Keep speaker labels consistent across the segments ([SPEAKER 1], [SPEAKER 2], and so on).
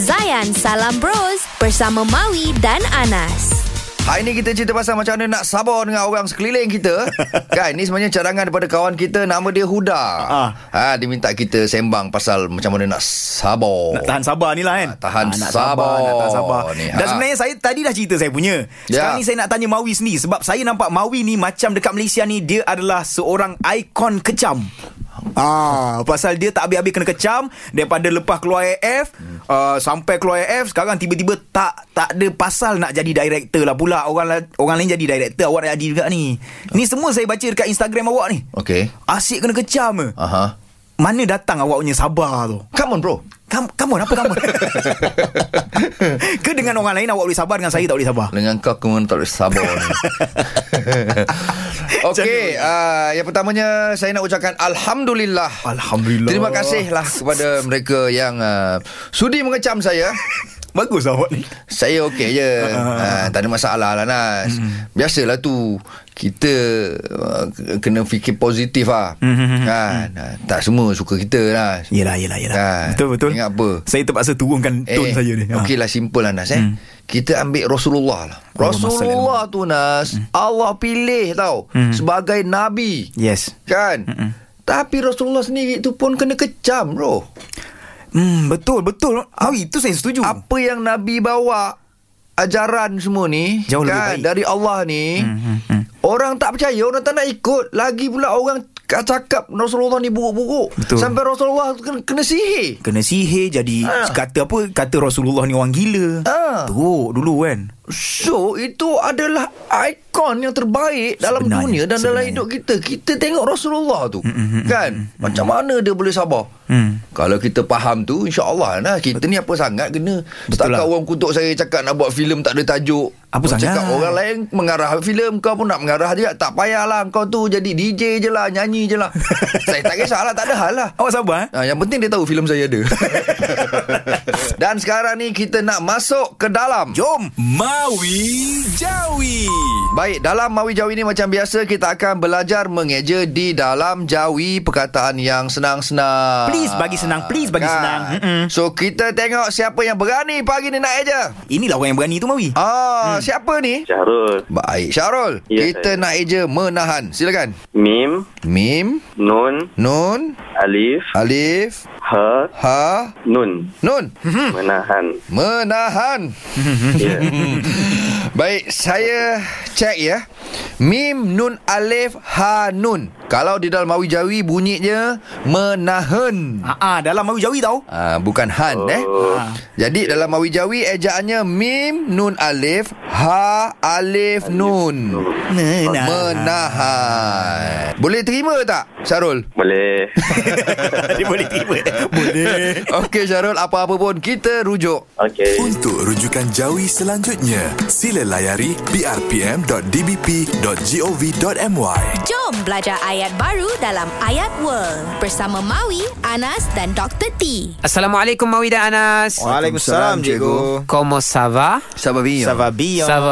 [SPEAKER 1] Zayan Salam Bros bersama Maui dan Anas.
[SPEAKER 2] Hari ni kita cerita pasal macam mana nak sabar dengan orang sekeliling kita. kan, ni sebenarnya cadangan daripada kawan kita nama dia Huda.
[SPEAKER 3] Ah.
[SPEAKER 2] Ha, dia minta kita sembang pasal macam mana nak sabar.
[SPEAKER 3] Nak tahan sabar ni lah kan
[SPEAKER 2] Ah, tahan
[SPEAKER 3] nak
[SPEAKER 2] sabar.
[SPEAKER 3] Nak tahan sabar
[SPEAKER 2] Ni,
[SPEAKER 3] ni,
[SPEAKER 2] ha.
[SPEAKER 3] Dan sebenarnya saya Tadi dah cerita saya punya Sekarang
[SPEAKER 2] Ya.
[SPEAKER 3] ni saya nak tanya Mawi sendiri Sebab saya nampak Mawi ni Macam dekat Malaysia ni Dia adalah seorang ikon kecam Ah, pasal dia tak habis-habis kena kecam daripada lepas keluar AF hmm. uh, sampai keluar AF sekarang tiba-tiba tak tak ada pasal nak jadi director lah pula orang la- orang lain jadi director awak nak jadi juga ni. Ni semua saya baca dekat Instagram awak ni.
[SPEAKER 2] Okey.
[SPEAKER 3] Asyik kena kecam ke.
[SPEAKER 2] Aha.
[SPEAKER 3] Mana datang awak punya sabar tu?
[SPEAKER 2] Come on bro.
[SPEAKER 3] Come, come on, apa come on? Ke dengan orang lain awak boleh sabar dengan saya tak boleh sabar?
[SPEAKER 2] Dengan kau aku memang tak boleh sabar ni. Okey, uh, yang pertamanya saya nak ucapkan alhamdulillah.
[SPEAKER 3] Alhamdulillah.
[SPEAKER 2] Terima kasihlah kepada mereka yang uh, sudi mengecam saya.
[SPEAKER 3] Bagus lah, awak ni.
[SPEAKER 2] Saya okey je ha,
[SPEAKER 3] Ah,
[SPEAKER 2] Tak ada masalah lah Nas
[SPEAKER 3] Hmm.
[SPEAKER 2] Biasalah tu Kita uh, Kena fikir positif lah
[SPEAKER 3] Hmm,
[SPEAKER 2] kan? ha, Tak semua suka kita Nas
[SPEAKER 3] Yelah, yelah, yelah.
[SPEAKER 2] Kan.
[SPEAKER 3] Betul, betul.
[SPEAKER 2] Ingat apa?
[SPEAKER 3] Saya terpaksa turunkan tone saya ni. Hmm. Ha.
[SPEAKER 2] Okey lah simple lah Nas eh Kita ambil Rasulullah lah
[SPEAKER 3] Oh,
[SPEAKER 2] Rasulullah tu Nas
[SPEAKER 3] Hmm.
[SPEAKER 2] Allah pilih tau Sebagai Nabi
[SPEAKER 3] Yes.
[SPEAKER 2] Kan
[SPEAKER 3] Hmm,
[SPEAKER 2] Tapi Rasulullah sendiri tu pun kena kecam bro
[SPEAKER 3] Hmm, betul, betul. Awi, itu saya setuju.
[SPEAKER 2] apa yang Nabi bawa ajaran semua ni
[SPEAKER 3] Jauh lebih
[SPEAKER 2] kan
[SPEAKER 3] baik.
[SPEAKER 2] dari Allah ni hmm, hmm, hmm. orang tak percaya orang tak nak ikut lagi pula orang c- cakap Rasulullah ni buruk-buruk
[SPEAKER 3] Betul.
[SPEAKER 2] sampai Rasulullah kena, kena sihir
[SPEAKER 3] Kena sihir jadi
[SPEAKER 2] Ah.
[SPEAKER 3] kata apa? Kata Rasulullah ni orang gila.
[SPEAKER 2] Ah.
[SPEAKER 3] Teruk dulu kan.
[SPEAKER 2] so itu adalah ikon yang terbaik dalam
[SPEAKER 3] Sebenarnya,
[SPEAKER 2] dunia dan dalam
[SPEAKER 3] sebenarnya. Mm,
[SPEAKER 2] hidup kita kita tengok Rasulullah tu kan macam mana dia boleh sabar
[SPEAKER 3] Hmm.
[SPEAKER 2] Kalau kita faham tu InsyaAllah nah, Kita ni apa sangat kena Setakat
[SPEAKER 3] lah.
[SPEAKER 2] orang kutuk saya Cakap nak buat filem Tak ada tajuk
[SPEAKER 3] Apa
[SPEAKER 2] Orang
[SPEAKER 3] sangat?
[SPEAKER 2] Cakap orang lain Mengarah filem Kau pun nak mengarah dia Tak payahlah Kau tu jadi DJ je lah Nyanyi je lah Saya tak kisahlah Tak ada hal lah
[SPEAKER 3] Awak sabar eh?
[SPEAKER 2] Ha, yang penting dia tahu filem saya ada. Dan sekarang ni kita nak masuk ke dalam.
[SPEAKER 3] Jom. Mawi Jawi.
[SPEAKER 2] Baik, dalam Mawi Jawi ni macam biasa kita akan belajar mengeja di dalam Jawi perkataan yang senang-senang. Kan?
[SPEAKER 3] Please bagi senang, please bagi senang. Mm-mm.
[SPEAKER 2] So kita tengok siapa yang berani pagi ni nak eja.
[SPEAKER 3] Inilah orang yang berani tu Mawi.
[SPEAKER 2] Ah, hmm. siapa ni?
[SPEAKER 4] Syahrul
[SPEAKER 2] Baik, Syarul.
[SPEAKER 4] Ya,
[SPEAKER 2] kita
[SPEAKER 4] saya.
[SPEAKER 2] nak eja menahan. Silakan.
[SPEAKER 4] Mim
[SPEAKER 2] Mim,
[SPEAKER 4] Nun
[SPEAKER 2] nun,
[SPEAKER 4] Alif
[SPEAKER 2] alif,
[SPEAKER 4] Ha
[SPEAKER 2] ha,
[SPEAKER 4] Nun
[SPEAKER 2] nun.
[SPEAKER 4] Menahan
[SPEAKER 2] Menahan.
[SPEAKER 4] Ya
[SPEAKER 2] Baik, saya cek ya. Mim nun alif ha nun. Kalau di dalam Mawi Jawi bunyinya menahan.
[SPEAKER 3] Ha ah, dalam Mawi Jawi tau.
[SPEAKER 2] Ah, bukan han eh.
[SPEAKER 4] Oh.
[SPEAKER 3] Ah.
[SPEAKER 2] Jadi dalam Mawi Jawi ejaannya mim nun alif ha alif nun.
[SPEAKER 3] Menahan.
[SPEAKER 2] Menahan. Boleh terima tak Syarul?
[SPEAKER 4] Boleh
[SPEAKER 3] Dia boleh tiba. Boleh.
[SPEAKER 2] Okey Syarul, apa-apa pun kita rujuk.
[SPEAKER 4] Okay
[SPEAKER 5] Untuk rujukan jawi selanjutnya, sila layari brpm.dbp.gov.my.
[SPEAKER 1] Jom belajar ayat baru dalam Ayat World bersama Maui, Anas dan Dr. T.
[SPEAKER 6] Assalamualaikum Mawi dan Anas.
[SPEAKER 2] Waalaikumsalam, cikgu.
[SPEAKER 6] Comment ça va?
[SPEAKER 2] Sababiyo.
[SPEAKER 3] bien.
[SPEAKER 6] Ça va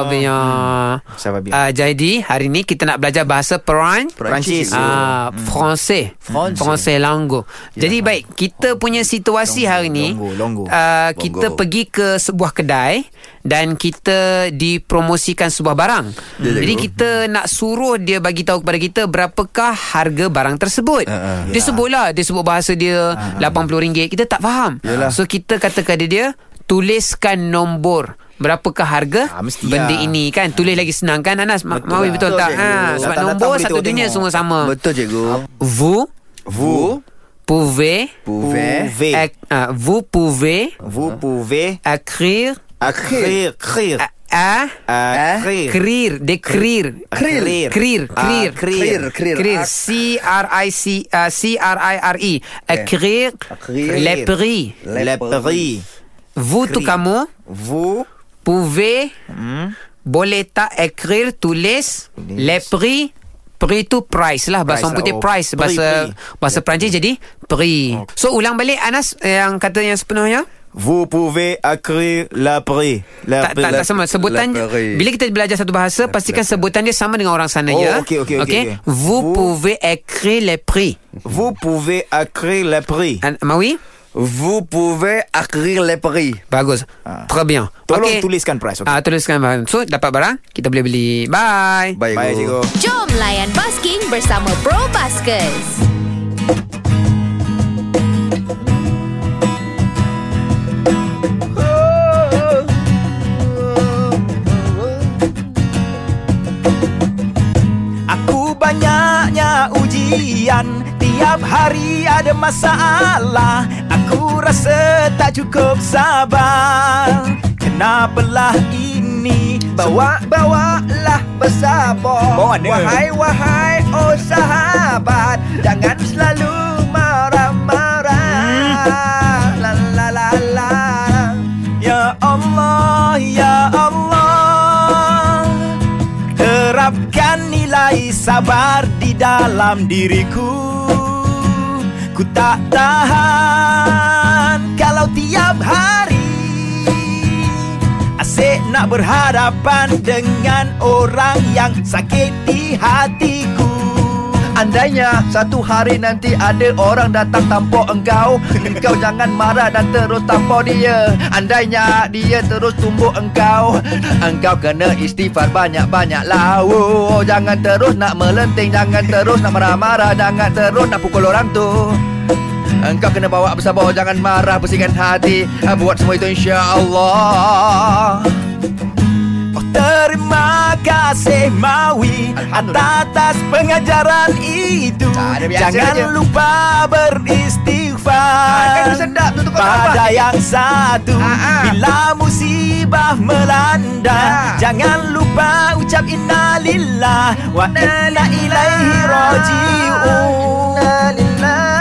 [SPEAKER 6] bien.
[SPEAKER 3] Ça va bien.
[SPEAKER 6] Ah, jadi hari ni kita nak belajar bahasa Peran
[SPEAKER 3] Perancis. Hmm.
[SPEAKER 6] Ah, Francais. Francais lango. Jadi baik, kita punya situasi hari ni
[SPEAKER 3] Ya. Longo, longo.
[SPEAKER 6] ah, kita
[SPEAKER 2] Longo.
[SPEAKER 6] pergi ke sebuah kedai dan kita dipromosikan sebuah barang.
[SPEAKER 3] Ya,
[SPEAKER 6] Jadi kita nak suruh dia bagi tahu kepada kita berapakah harga barang tersebut.
[SPEAKER 3] Ya,
[SPEAKER 6] Dia sebutlah, dia sebut bahasa dia RM80. Kita tak faham. So kita kata kepada dia tuliskan nombor Berapakah harga
[SPEAKER 3] Ah, mesti
[SPEAKER 6] benda
[SPEAKER 3] lah.
[SPEAKER 6] ini kan Tulis lagi senang kan Anas Ma- Mawi betul, tak ha,
[SPEAKER 3] Datang-datang
[SPEAKER 6] Sebab nombor
[SPEAKER 3] boleh
[SPEAKER 6] satu dunia
[SPEAKER 3] tengok-tengok.
[SPEAKER 6] semua sama
[SPEAKER 2] Betul cikgu.
[SPEAKER 6] Ah. Vous
[SPEAKER 2] Vous
[SPEAKER 6] pouvez
[SPEAKER 2] pouvez
[SPEAKER 3] Pouvez.
[SPEAKER 6] ac- ah, Vous pouvez
[SPEAKER 3] Vous pouvez
[SPEAKER 6] Écrire
[SPEAKER 3] écrire, écrire,
[SPEAKER 6] a- a-
[SPEAKER 3] écrire,
[SPEAKER 6] Krir Dekrir
[SPEAKER 3] Krir.
[SPEAKER 6] Krir Krir
[SPEAKER 3] Ah, krir.
[SPEAKER 2] Krir.
[SPEAKER 6] Krir
[SPEAKER 2] Ah.
[SPEAKER 6] C-R-I-C ah, C-R-I-R-I Écrire
[SPEAKER 3] Krir.
[SPEAKER 6] Les prix
[SPEAKER 3] le prix.
[SPEAKER 6] Vous tout kamu
[SPEAKER 3] Vous
[SPEAKER 6] pouvez
[SPEAKER 3] Hmm.
[SPEAKER 6] boleh tak écrire tulis les prix prix tu price lah bahasa orang putih
[SPEAKER 3] lah. Oh.
[SPEAKER 6] price
[SPEAKER 3] Prix,
[SPEAKER 6] bahasa
[SPEAKER 3] prix.
[SPEAKER 6] bahasa Perancis jadi prix. So ulang balik Anas yang kata yang sepenuhnya.
[SPEAKER 3] Vous pouvez écrire le prix. Le
[SPEAKER 6] tak, tak, tak sama sebutan
[SPEAKER 2] la prairie.
[SPEAKER 6] bila kita belajar satu bahasa pastikan sebutan dia sama dengan orang sana
[SPEAKER 3] Oh,
[SPEAKER 6] ya.
[SPEAKER 3] okey, okey, okey, okey.
[SPEAKER 6] Vous
[SPEAKER 3] Vous-
[SPEAKER 6] pouvez écrire les prix. Ah.
[SPEAKER 3] Vous pouvez écrire le prix.
[SPEAKER 6] An- Mawi?
[SPEAKER 2] Vous pouvez acquérir les prix.
[SPEAKER 6] Bagus. Très bien.
[SPEAKER 3] Ah. Tolong
[SPEAKER 6] Okey.
[SPEAKER 3] tuliskan price, okey.
[SPEAKER 6] Ah tuliskan barang. So dapat barang, kita boleh beli. Bye.
[SPEAKER 7] Baik,
[SPEAKER 3] Baik cikgu
[SPEAKER 1] Jom layan basking bersama Pro Baskers.
[SPEAKER 3] Aku banyaknya ujian Tiap hari ada masalah Aku rasa tak cukup sabar Kenapalah ini Bawa
[SPEAKER 2] Bawalah bersabar
[SPEAKER 3] Bawa mana?
[SPEAKER 2] Wahai wahai oh sahabat Jangan selalu marah-marah La la la la
[SPEAKER 3] Ya Allah, Ya Allah Terapkan nilai sabar di dalam diriku Ku tak tahan kalau tiap hari Asyik nak berhadapan dengan orang yang sakiti hatiku
[SPEAKER 2] Andainya satu hari nanti ada orang datang tampuk engkau Engkau jangan marah dan terus tampuk dia Andainya dia terus tumbuk engkau Engkau kena istighfar banyak-banyak lah oh, Jangan terus nak melenting Jangan terus nak marah-marah Jangan terus nak pukul orang tu Engkau kena bawa bersabar Jangan marah bersihkan hati Buat semua itu insyaAllah
[SPEAKER 3] Oh terima kasih Mawi Atas pengajaran itu
[SPEAKER 2] Tak ada biasa
[SPEAKER 3] Jangan
[SPEAKER 2] je.
[SPEAKER 3] lupa
[SPEAKER 2] Ah,
[SPEAKER 3] beristighfar
[SPEAKER 2] kan sedap tu, tu kau
[SPEAKER 3] Pada
[SPEAKER 2] tambah.
[SPEAKER 3] yang satu
[SPEAKER 2] Ah, ah.
[SPEAKER 3] Bila musibah
[SPEAKER 2] Ah.
[SPEAKER 3] melanda Jangan lupa ucap inna lillah Wa inna ilaihi raji'un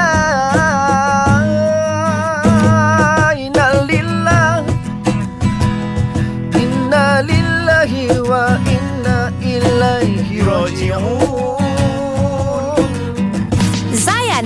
[SPEAKER 1] Zayan